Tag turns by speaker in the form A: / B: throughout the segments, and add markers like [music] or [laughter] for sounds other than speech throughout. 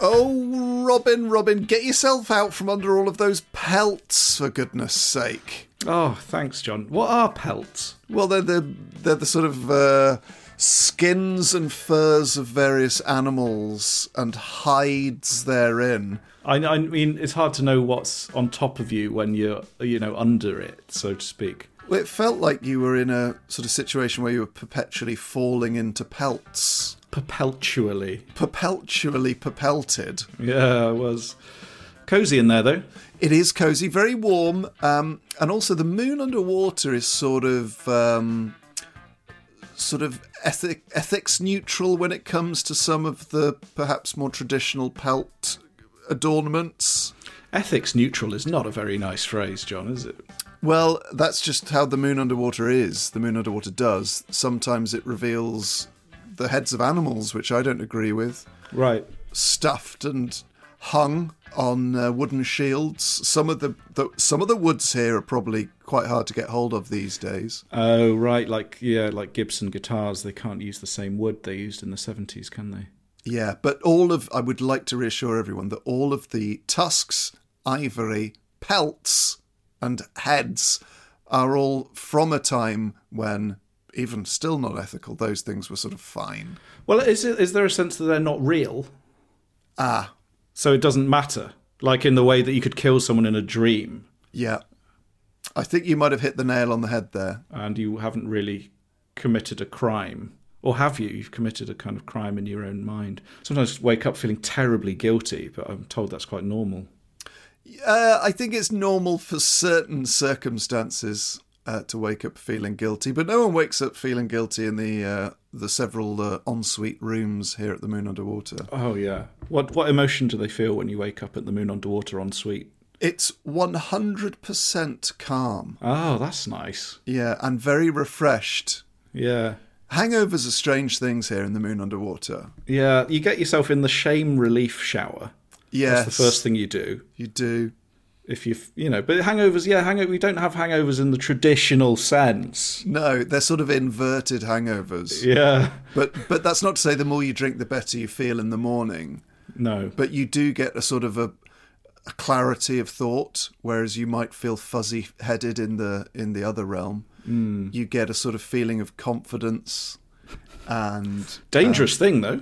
A: Oh, Robin, Robin, get yourself out from under all of those pelts, for goodness sake.
B: Oh, thanks, John. What are pelts?
A: Well, they're the, they're the sort of uh, skins and furs of various animals and hides therein.
B: I, I mean, it's hard to know what's on top of you when you're, you know, under it, so to speak.
A: Well, it felt like you were in a sort of situation where you were perpetually falling into pelts.
B: Perpetually.
A: Perpetually pelted.
B: Yeah, I was. Cozy in there, though.
A: It is cozy, very warm, um, and also the moon underwater is sort of um, sort of ethic, ethics neutral when it comes to some of the perhaps more traditional pelt adornments.
B: Ethics neutral is not a very nice phrase, John, is it?
A: Well, that's just how the moon underwater is. The moon underwater does. Sometimes it reveals the heads of animals, which I don't agree with,
B: Right.
A: stuffed and hung on uh, wooden shields. Some of the, the some of the woods here are probably quite hard to get hold of these days.
B: Oh, right. Like, yeah, like Gibson guitars, they can't use the same wood they used in the 70s, can they?
A: Yeah, but all of I would like to reassure everyone that all of the tusks, ivory, pelts, and heads are all from a time when, even still not ethical, those things were sort of fine.
B: Well, is, it, is there a sense that they're not real?
A: Ah,
B: So it doesn't matter. Like in the way that you could kill someone in a dream
A: yeah. I think you might have hit the nail on the head there.
B: and you haven't really committed a crime. Or have you? You've committed a kind of crime in your own mind. Sometimes I wake up feeling terribly guilty, but I'm told that's quite normal.
A: Uh, I think it's normal for certain circumstances uh, to wake up feeling guilty, but no one wakes up feeling guilty in the uh, the several uh, ensuite rooms here at the Moon Underwater.
B: Oh yeah. What what emotion do they feel when you wake up at the moon underwater en suite?
A: It's 100% calm.
B: Oh, that's nice.
A: Yeah, and very refreshed.
B: Yeah.
A: Hangovers are strange things here in the moon underwater.
B: Yeah, you get yourself in the shame relief shower.
A: Yes.
B: That's the first thing you do.
A: You do.
B: If you, you know, but hangovers, yeah, hangover. We don't have hangovers in the traditional sense.
A: No, they're sort of inverted hangovers.
B: Yeah,
A: But but that's not to say the more you drink the better you feel in the morning.
B: no.
A: But you do get a sort of a, a clarity of thought whereas you might feel fuzzy headed in the in the other realm.
B: Hmm.
A: You get a sort of feeling of confidence
B: [laughs]
A: and
B: Dangerous thing though.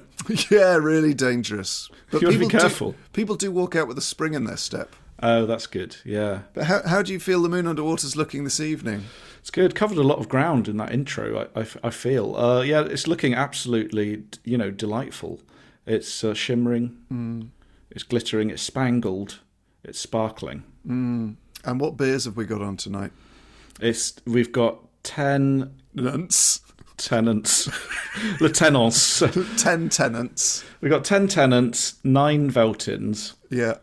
A: Yeah, really dangerous. But
B: You gotta be
A: people do-
B: careful.
A: people do walk out with a spring in their step.
B: Oh, that's good. Yeah,
A: But how, how do you feel the moon underwater's looking this evening?
B: it's good. Covered a lot of ground in that intro. I, I, I feel. Uh, yeah, it's looking absolutely, you know, delightful. It's uh, shimmering.
A: Mm.
B: It's glittering. It's spangled. It's sparkling.
A: And what beers have we got on tonight?
B: It's we've got ten
A: Tenants.
B: tenants, [laughs] the tenants.
A: [laughs] Ten tenants.
B: [laughs] We've got 10 tenants, 9 Veltins,
A: Yeah,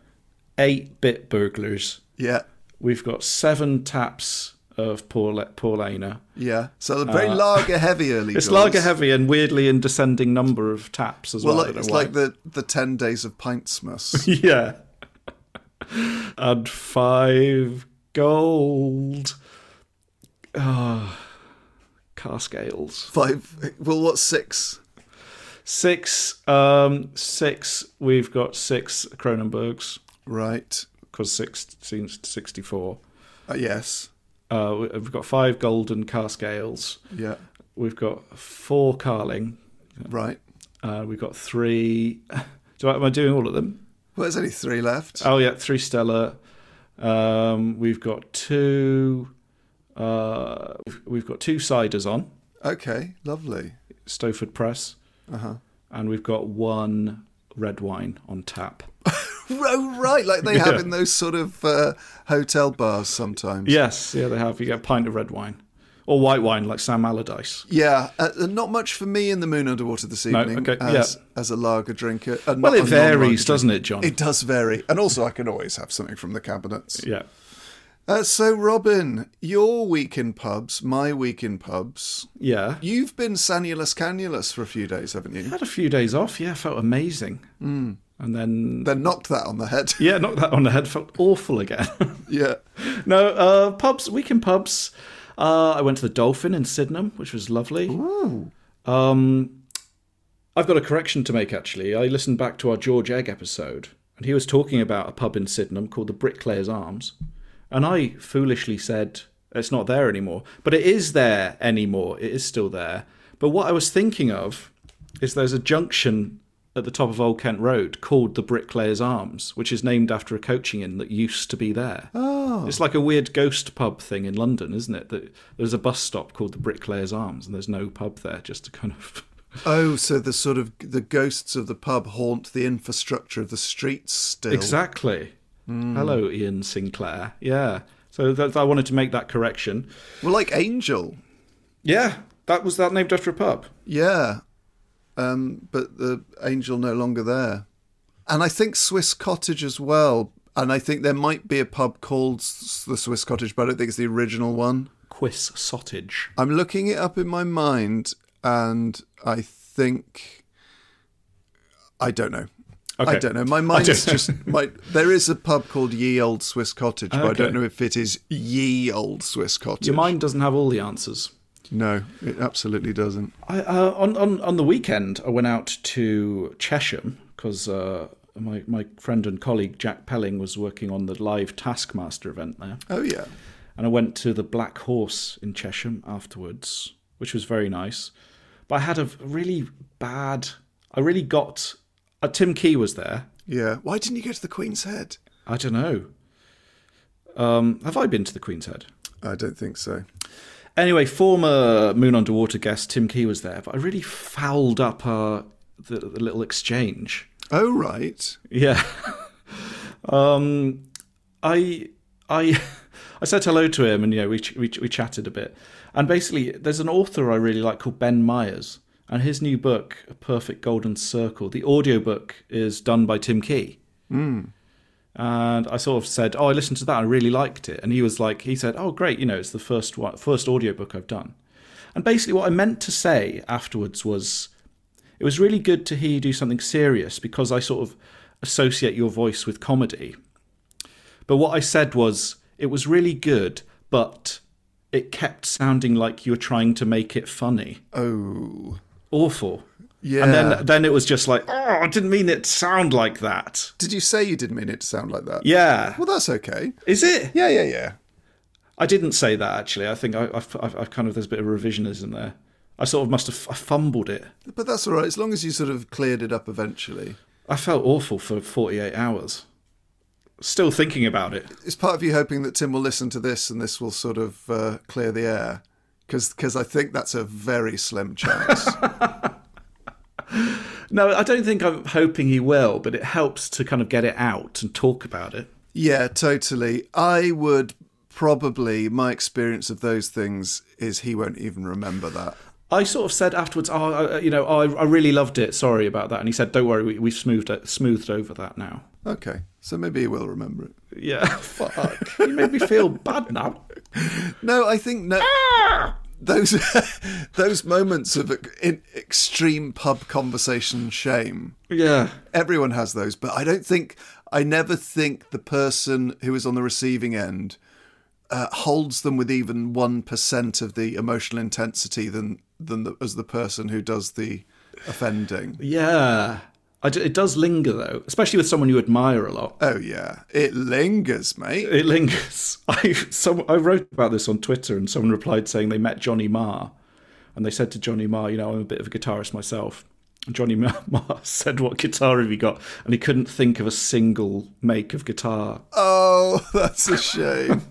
B: 8 bit burglars.
A: yeah,
B: We've got 7 taps of Paul, Paulina.
A: yeah. So very lager heavy early
B: Uh, It's
A: doors.
B: lager heavy and weirdly in descending number of taps as well.
A: Well,
B: I
A: like,
B: don't
A: it's
B: know why.
A: like the, the 10 days of
B: [laughs]
A: Pintsmas.
B: Yeah. and 5 gold. Ah, car scales.
A: Five. Well, what's six?
B: 6, um, 6, we've got 6 Cronenbergs,
A: Right.
B: because 6 seems 64.
A: Uh, yes.
B: Uh, we- we've got five golden car scales,
A: Yeah.
B: We've got four Carling.
A: Right.
B: Uh, we've got three. [laughs] Do I, am I doing all of them?
A: Well, there's only three left.
B: Oh yeah, three Stella. Um, we've got two. Uh, we've- we've got two ciders on
A: Okay,
B: [laughs]
A: lovely.
B: Stowford Press, Uh-huh. and we've got one red wine on [laughs] tap.
A: Oh, right, like they
B: Yeah.
A: have in those sort of uh, hotel bars sometimes.
B: Yes, yeah, they have. You get a pint of red wine or white wine, like Sam Allardyce.
A: Yeah, uh, not much for me in the moon underwater this evening
B: okay,
A: as,
B: yeah.
A: as a lager drinker. and
B: Well,
A: not
B: it
A: a non-lager
B: varies, doesn't
A: drinker.
B: it, John?
A: It does vary. And also, I can always have something from the cabinets.
B: Yeah.
A: Uh, so, Robin, your week in pubs, my week in pubs.
B: Yeah.
A: You've been sanulus cannulus for a few days, haven't you?
B: had a few days off. Yeah, felt amazing. And then,
A: Then knocked that on the head. [laughs]
B: yeah, knocked that on the head. Felt awful again. [laughs]
A: yeah.
B: no, uh, pubs, weekend pubs. Uh, I went to the Dolphin in Sydenham, which was lovely. Um, I've got a correction to make, actually. I listened back to our George Egg episode, and he was talking about a pub in Sydenham called the Bricklayer's Arms. And I foolishly said, it's not there anymore. But it is there anymore. It is still there. But what I was thinking of is there's a junction at the top of Old Kent Road called the Bricklayer's Arms, which is named after a coaching inn that used to be there. Oh. It's like a weird ghost pub thing in London, isn't it? That there's a bus stop called the Bricklayer's Arms and there's no pub there just to kind [laughs] of
A: Oh, so the sort of the ghosts of the pub haunt the infrastructure of the streets still.
B: Exactly. Hello Ian Sinclair. Yeah. So that, I wanted to make that correction.
A: Well, like Angel.
B: Yeah, that was that named after a pub.
A: Yeah. Um, but the angel no longer there. And I think Swiss Cottage as well. And I think there might be a pub called S- the Swiss Cottage, but I don't think it's the original one.
B: Quiz Sottage.
A: I'm looking it up in my mind, and I think I don't know. I
B: Okay.
A: don't know. My
B: I
A: mind's
B: don't-
A: just my. There is a pub called Ye Old Swiss Cottage, but I
B: Okay.
A: don't know if it is Ye Old Swiss Cottage.
B: Your mind doesn't have all the answers.
A: No, it absolutely doesn't.
B: I, uh, on, on on the weekend, I went out to Chesham because uh, my my friend and colleague Jack Pelling was working on the live Taskmaster event there,
A: Oh yeah.
B: and I went to the Black Horse in Chesham afterwards, which was very nice. But I had a really bad. I really got. Uh, Tim Key was there.
A: Yeah. Why didn't you go to the Queen's Head?
B: I don't know. Um, have I been to the Queen's Head?
A: I don't think so.
B: Anyway, former Moon Underwater guest Tim Key was there, but I really fouled up uh, the, the little exchange.
A: Oh right.
B: Yeah. um, I I I said hello to him, and you know we ch- we ch- we chatted a bit. And basically, there's an author I really like called Ben Myers, and his new book, A Perfect Golden Circle, the audiobook is done by Tim Key. And I sort of said, "Oh, I listened to that. I really liked it." And he was like, "He said, oh, great. You know, it's the first one, first audiobook I've done." And basically, what I meant to say afterwards was, it was really good to hear you do something serious because I sort of associate your voice with comedy. But what I said was, it was really good, but it kept sounding like you were trying to make it funny.
A: Oh.
B: Awful.
A: Yeah.
B: And then then it was just like, oh, I didn't mean it to sound like that.
A: Did you say you didn't mean it to sound like that?
B: Yeah.
A: Well, that's okay.
B: Is it?
A: Yeah, yeah, yeah.
B: I didn't say that actually. I think I, I've, I've, I've kind of there's a bit of revisionism there. I sort of must have I fumbled it.
A: But that's all right, as long as you sort of cleared it up eventually.
B: I felt awful for 48 hours. Still thinking about it.
A: It's part of you hoping that Tim will listen to this and this will sort of uh, clear the air. Because I think that's a very slim chance.
B: No, I don't think I'm hoping he will, but it helps to kind of get it out and talk about it.
A: yeah, totally. I would probably, my experience of those things is he won't even remember that.
B: I sort of said afterwards, "Oh, I- you know, oh, I, I really loved it. Sorry about that." And he said, "Don't worry, we, we've smoothed it, smoothed over that now."
A: Okay, so maybe he will remember it.
B: Yeah, [laughs] fuck. you made me feel bad now.
A: No, I think no. Those [laughs] those moments of in extreme pub conversation shame.
B: Yeah,
A: Everyone has those, but I don't think I never think the person who is on the receiving end uh, holds them with even one percent of the emotional intensity than than the, as the person who does the offending.
B: yeah. I d it does linger though, especially with someone you admire a lot.
A: Oh yeah, it lingers, mate.
B: It [laughs] lingers. I some I wrote about this on Twitter, and someone replied saying they met Johnny Marr, And they said to Johnny Marr, you know, I'm a bit of a guitarist myself. And Johnny [laughs] Marr Marr said, "What guitar have you got?" And he couldn't think of a single make of guitar.
A: Oh, [laughs] that's a shame.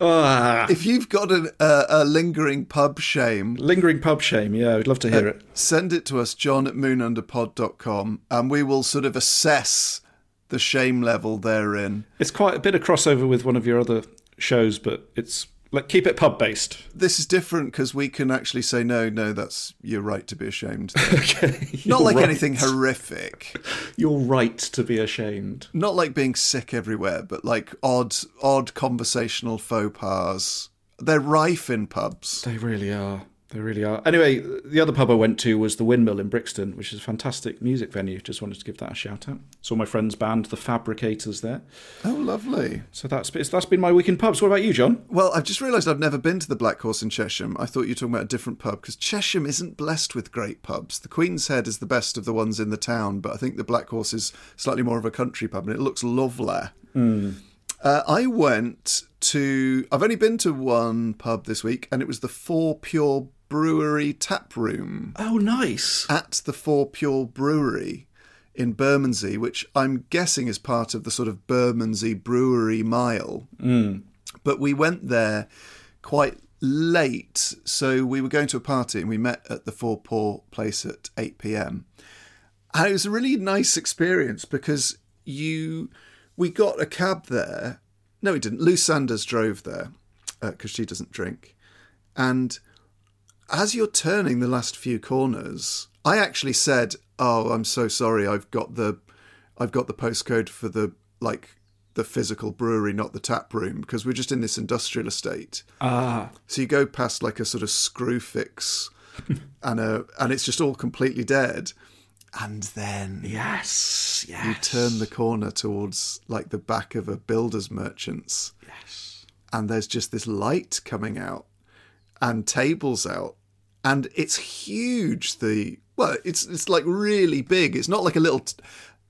B: Ah,
A: if you've got an, uh, a lingering pub shame,
B: lingering pub shame. Yeah, I'd love to hear it.
A: send it to us, john at moonunderpod.com, and we will sort of assess the shame level therein.
B: It's quite a bit of crossover with one of your other shows, but it's like keep it pub based.
A: This is different because we can actually say, no, no, that's you're right to be ashamed.
B: [laughs] Okay,
A: [laughs] Not
B: you're
A: like
B: right.
A: anything horrific.
B: You're right to be ashamed.
A: Not like being sick everywhere, but like odd, odd conversational faux pas. They're rife in pubs.
B: They really are. They really are. Anyway, the other pub I went to was the Windmill in Brixton, which is a fantastic music venue. Just wanted to give that a shout out. Saw my friend's band, the Fabricators, there.
A: Oh, lovely.
B: So that's it's- that's been my week in pubs. What about you, John?
A: Well, I've just realised I've never been to the Black Horse in Chesham. I thought you were talking about a different pub because Chesham isn't blessed with great pubs. The Queen's Head is the best of the ones in the town, but I think the Black Horse is slightly more of a country pub and it looks lovely. Uh, I went to, I've only been to one pub this week and it was the Four Pure Brewery Tap Room
B: Oh, nice.
A: at the Four Pure Brewery in Bermondsey, which I'm guessing is part of the sort of Bermondsey Brewery Mile. But we went there quite late, so we were going to a party and we met at the Four Pure place at 8 p.m. And it was a really nice experience because you, we got a cab there. No, we didn't. Lou Sanders drove there because she doesn't drink, and as you're turning the last few corners, I actually said, "Oh, I'm so sorry. I've got the, I've got the postcode for the like the physical brewery, not the tap room, because we're just in this industrial estate.
B: Ah,
A: So you go past like a sort of screw fix, and a, and it's just all completely dead. And then
B: yes, yes.
A: you turn the corner towards like the back of a builder's merchants. Yes. And there's just this light coming out and tables out. And it's huge. The well, it's it's like really big. It's not like a little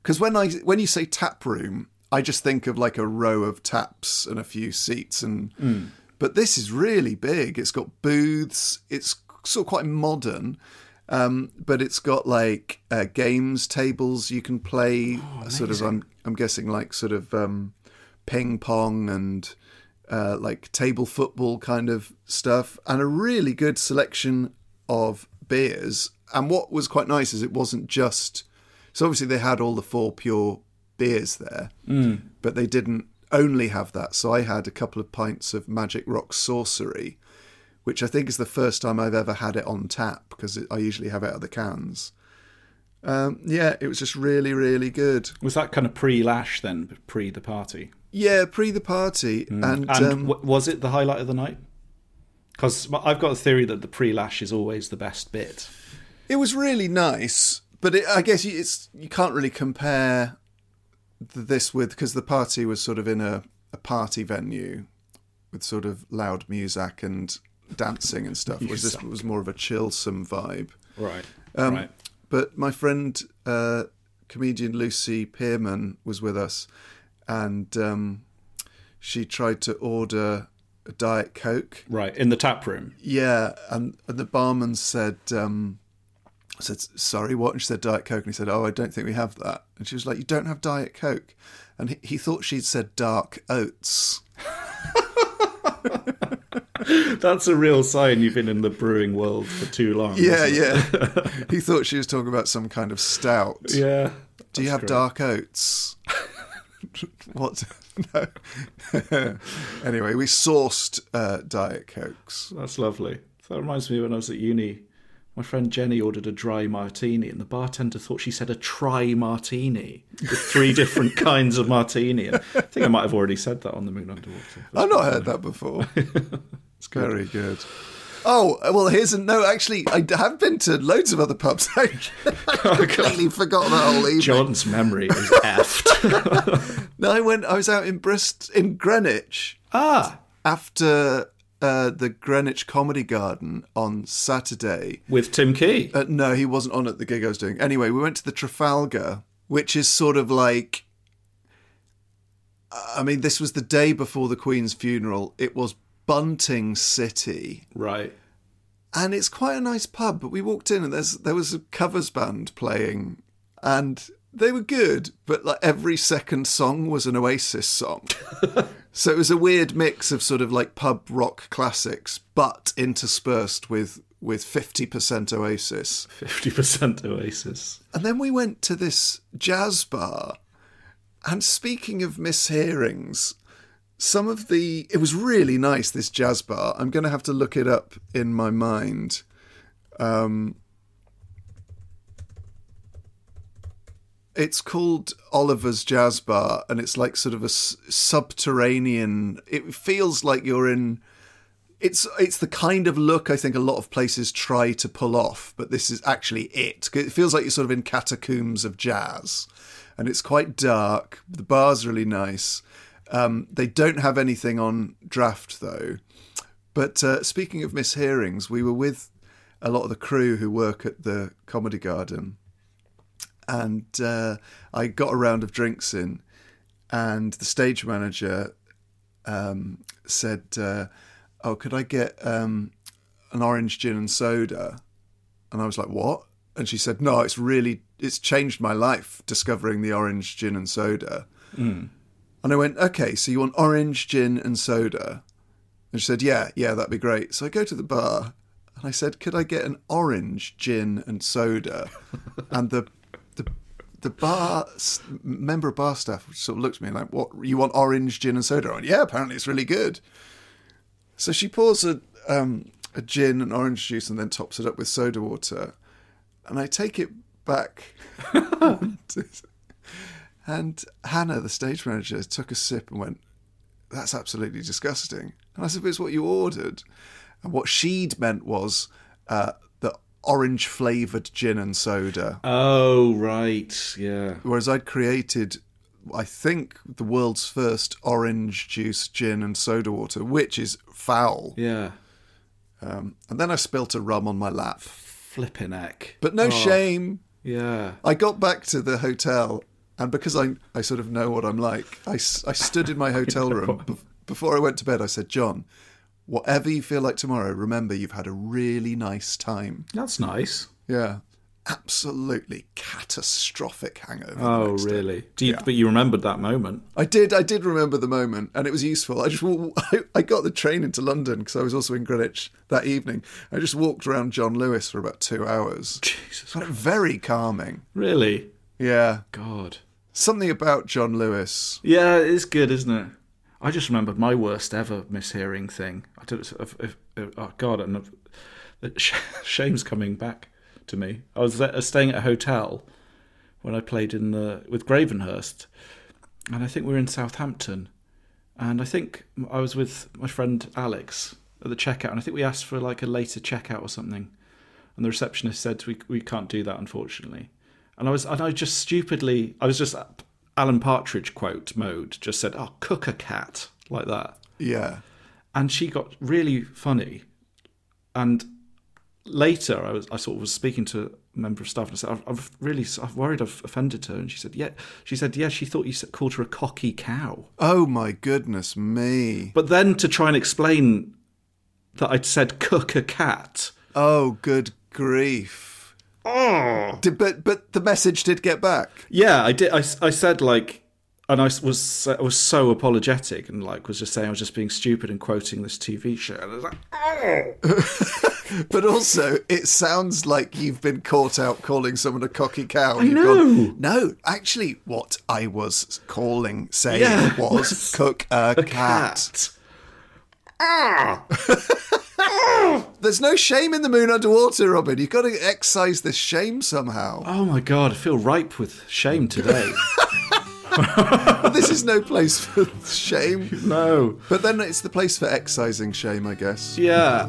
A: because when I when you say tap room, I just think of like a row of taps and a few seats and but this is really big. It's got booths. It's sort of quite modern. Um, but it's got like uh, games tables you can play. sort of, I'm I'm guessing like sort of um, ping pong and uh, like table football kind of stuff, and a really good selection of beers. And what was quite nice is it wasn't just. So obviously they had all the four pure beers there, but they didn't only have that. So I had a couple of pints of Magic Rock Sorcery, which I think is the first time I've ever had it on tap because it, I usually have it out of the cans. Um, yeah, it was just really, really good.
B: Was that kind of pre-lash then, pre the party?
A: Yeah, pre the party, and,
B: And
A: um,
B: w- was it the highlight of the night? Because I've got a theory that the pre-lash is always the best bit.
A: it was really nice. But it, I guess you- it's you can't really compare th- this with because the party was sort of in a, a party venue with sort of loud music and dancing and stuff. Whereas this was more of a chillsome vibe.
B: Right. right.
A: But my friend, uh, comedian Lucy Pearman, was with us, and um, she tried to order a diet coke.
B: Right. In the tap room.
A: Yeah, and, and the barman said, um, I said sorry, what? And she said diet coke, and he said, oh, I don't think we have that. And she was like, you don't have diet coke, and he, he thought she'd said dark oats.
B: That's a real sign you've been in the brewing world for too long.
A: Yeah,
B: isn't it?
A: yeah. he thought she was talking about some kind of stout.
B: Yeah.
A: Do you have dark oats? [laughs] what? no. [laughs] anyway, we sourced uh, Diet Cokes.
B: That's lovely. That reminds me when I was at uni, my friend Jenny ordered a dry martini, and the bartender thought she said a tri martini with three different kinds of martini. And I think I might have already said that on the
A: [laughs]
B: Moon Underwater.
A: I've not heard that before. [laughs] it's very good. Oh, well, here's a no. Actually, I have been to loads of other pubs. [laughs] I [laughs] completely forgot that whole evening.
B: John's memory is effed.
A: No, I went. I was out in Brist in Greenwich
B: ah,
A: after uh, the Greenwich Comedy Garden on Saturday.
B: with Tim Key.
A: Uh, no, he wasn't on at the gig I was doing. Anyway, we went to the Trafalgar, which is sort of like. uh, I mean, this was the day before the Queen's funeral. It was Bunting City,
B: Right.
A: and it's quite a nice pub. But we walked in and there's there was a covers band playing, and they were good, but like every second song was an Oasis song. so it was a weird mix of sort of like pub rock classics, but interspersed with with 50% Oasis.
B: 50% Oasis.
A: And then we went to this jazz bar. And speaking of mishearings, some of the. It was really nice, this jazz bar. I'm going to have to look it up in my mind. Um, it's called Oliver's Jazz Bar, and it's like sort of a s- subterranean. It feels like you're in. It's it's the kind of look I think a lot of places try to pull off, but this is actually it. It feels like you're sort of in catacombs of jazz, and it's quite dark. The bar's really nice. Um, they don't have anything on draft though. But uh, speaking of mishearings, we were with a lot of the crew who work at the Comedy Garden, and uh, I got a round of drinks in, and the stage manager um, said, uh, "Oh, could I get um, an orange gin and soda?" And I was like, "What?" And she said, "No, it's really it's changed my life discovering the orange gin and soda." And I went, "Okay, so you want orange gin and soda?" And she said, "Yeah, yeah, that'd be great." So I go to the bar and I said, "Could I get an orange gin and soda?" and the the the bar s- member of bar staff sort of looked at me like, "What? You want orange gin and soda?" I went, "Yeah, apparently it's really good." So she pours a um, a gin and orange juice and then tops it up with soda water, and I take it back. [laughs] and Hannah, the stage manager, took a sip and went, "That's absolutely disgusting." And I said, "But "It's what you ordered." And what she'd meant was uh, the orange flavored gin and soda
B: Oh, right. Yeah.
A: whereas I'd created, I think, the world's first orange juice gin and soda water, which is foul.
B: Yeah.
A: And then I spilt a rum on my lap.
B: Flippin' heck.
A: But no shame.
B: Yeah.
A: I got back to the hotel, and because I, I sort of know what I'm like, I, s- I stood in my hotel room. Be- before I went to bed, I said, John, whatever you feel like tomorrow, remember you've had a really nice time.
B: That's nice.
A: Yeah. Absolutely catastrophic hangover. the
B: Oh,
A: next day.
B: really? Do you, But you remembered that moment.
A: I did. I did remember the moment, and it was useful. I just wa- I, [laughs] I got the train into London because I was also in Greenwich that evening. I just walked around John Lewis for about two hours.
B: Jesus.
A: Found it very calming.
B: Really?
A: Yeah,
B: God.
A: something about John Lewis.
B: Yeah, it is good, isn't it? I just remembered my worst ever mishearing thing. I don't. If, if, if, oh God, and if- that [laughs] sh- shame's coming back to me. I was there, staying at a hotel when I played in the with Gravenhurst, and I think we were in Southampton, and I think I was with my friend Alex at the checkout, and I think we asked for like a later checkout or something, and the receptionist said we we can't do that unfortunately, and I was and I just stupidly I was just Alan Partridge quote mode just said oh cook a cat like that,
A: Yeah,
B: and she got really funny, and later I was I sort of was speaking to a member of staff and I said I've, I've really I've worried I've offended her, and she said yeah she said yeah she thought you said- called her a cocky cow.
A: Oh my goodness me.
B: But then to try and explain that I'd said cook a cat.
A: Oh good grief. Oh. but but the message did get back.
B: Yeah, I did. I, s- I said like, and I s- was I was so apologetic and like was just saying I was just being stupid and quoting this TV show. And I was like,
A: But also, it sounds like you've been caught out calling someone a cocky cow. I no, actually, what I was calling, saying
B: Yeah,
A: was cook a, cat.
B: cat.
A: There's no shame in the moon underwater, Robin. You've got to excise this shame somehow.
B: Oh my god, I feel ripe with shame today.
A: this is no place for [laughs] shame.
B: no.
A: But then it's the place for excising shame, I guess.
B: Yeah.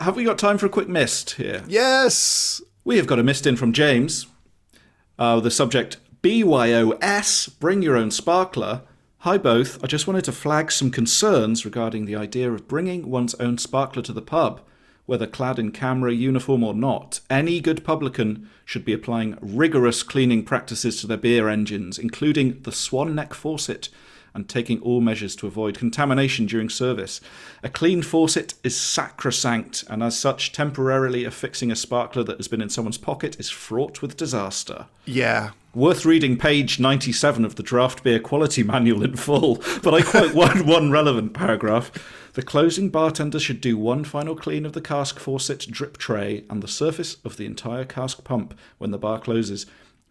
B: Have we got time for a quick mist here?
A: Yes.
B: We have got a missed in from James. Uh, the subject BYOS, bring your own sparkler. Hi, both. I just wanted to flag some concerns regarding the idea of bringing one's own sparkler to the pub, whether clad in camera uniform or not. Any good publican should be applying rigorous cleaning practices to their beer engines, including the swan neck faucet, and taking all measures to avoid contamination during service. A clean faucet is sacrosanct, and as such, temporarily affixing a sparkler that has been in someone's pocket is fraught with disaster.
A: Yeah.
B: Worth reading page 97 of the Draft Beer Quality Manual in full, but I quote one, one relevant paragraph. The closing bartender should do one final clean of the cask faucet drip tray and the surface of the entire cask pump when the bar closes.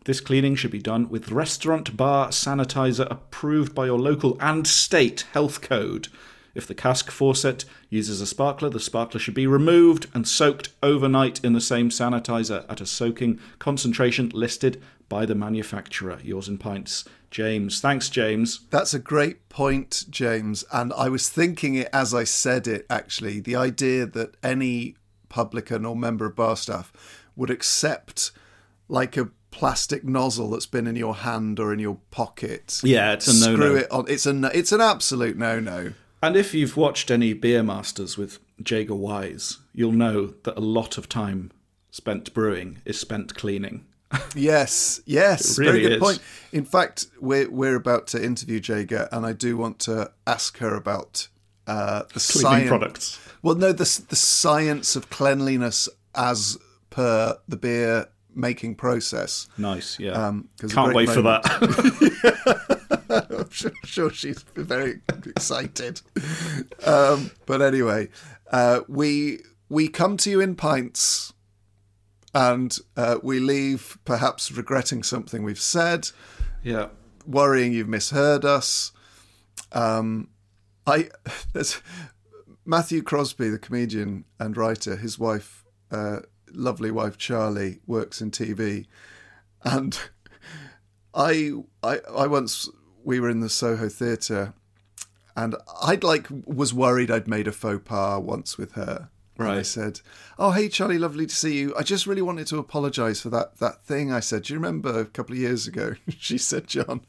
B: This cleaning should be done with restaurant bar sanitizer approved by your local and state health code. If the cask faucet uses a sparkler, the sparkler should be removed and soaked overnight in the same sanitizer at a soaking concentration listed by the manufacturer. Yours in pints, James. Thanks, James.
A: That's a great point, James. And I was thinking it as I said it, actually. The idea that any publican or member of bar staff would accept like a plastic nozzle that's been in your hand or in your pocket.
B: Yeah, it's a no-no.
A: Screw it on. It's a no- it's an absolute no-no.
B: And if you've watched any Beer Masters with Jager Wise, you'll know that a lot of time spent brewing is spent cleaning.
A: Yes, yes,
B: It really
A: very good
B: is.
A: point. In fact, we're we're about to interview Jager, and I do want to ask her about uh, the
B: Cleaning
A: science.
B: products.
A: Well, no, the s- the science of cleanliness as per the beer making process.
B: Nice, yeah.
A: 'cause Um, a
B: Can't
A: great
B: wait for
A: moment-
B: that. [laughs]
A: [laughs] I'm sure, sure she's very excited. Um, but anyway, uh, we we come to you in pints, and uh, we leave perhaps regretting something we've said.
B: yeah.
A: worrying you've misheard us. Um, I [laughs] there's Matthew Crosby, the comedian and writer. His wife, uh, lovely wife Charlie, works in TV, and [laughs] I I I once we were in the Soho Theatre, and I'd like was worried I'd made a faux pas once with her. And I
B: Right.
A: said, "Oh, hey Charlie, lovely to see you. I just really wanted to apologise for that that thing I said. Do you remember a couple of years ago?" [laughs] She said, "John,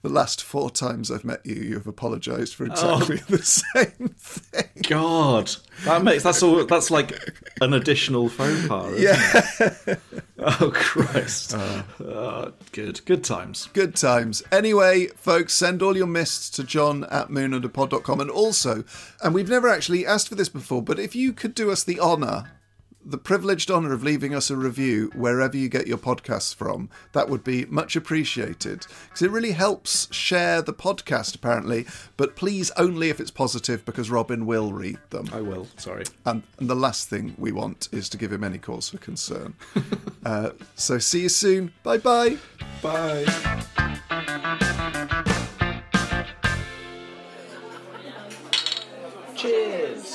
A: the last four times I've met you, you have apologised for exactly the [laughs] same thing."
B: God, that makes that's all. That's like an additional faux pas. Isn't
A: Yeah,
B: It? [laughs] Oh Christ. Uh, good, good times.
A: good times. Anyway, folks, send all your mists to John at moonunderpod.com, and also, and we've never actually asked for this before, but if you could do us the honour. The privileged honour of leaving us a review wherever you get your podcasts from. That would be much appreciated because it really helps share the podcast, apparently. But please only if it's positive because Robin will read them.
B: I will. Sorry.
A: And, and the last thing we want is to give him any cause for concern. uh, so see you soon. Bye bye.
B: Bye. Cheers.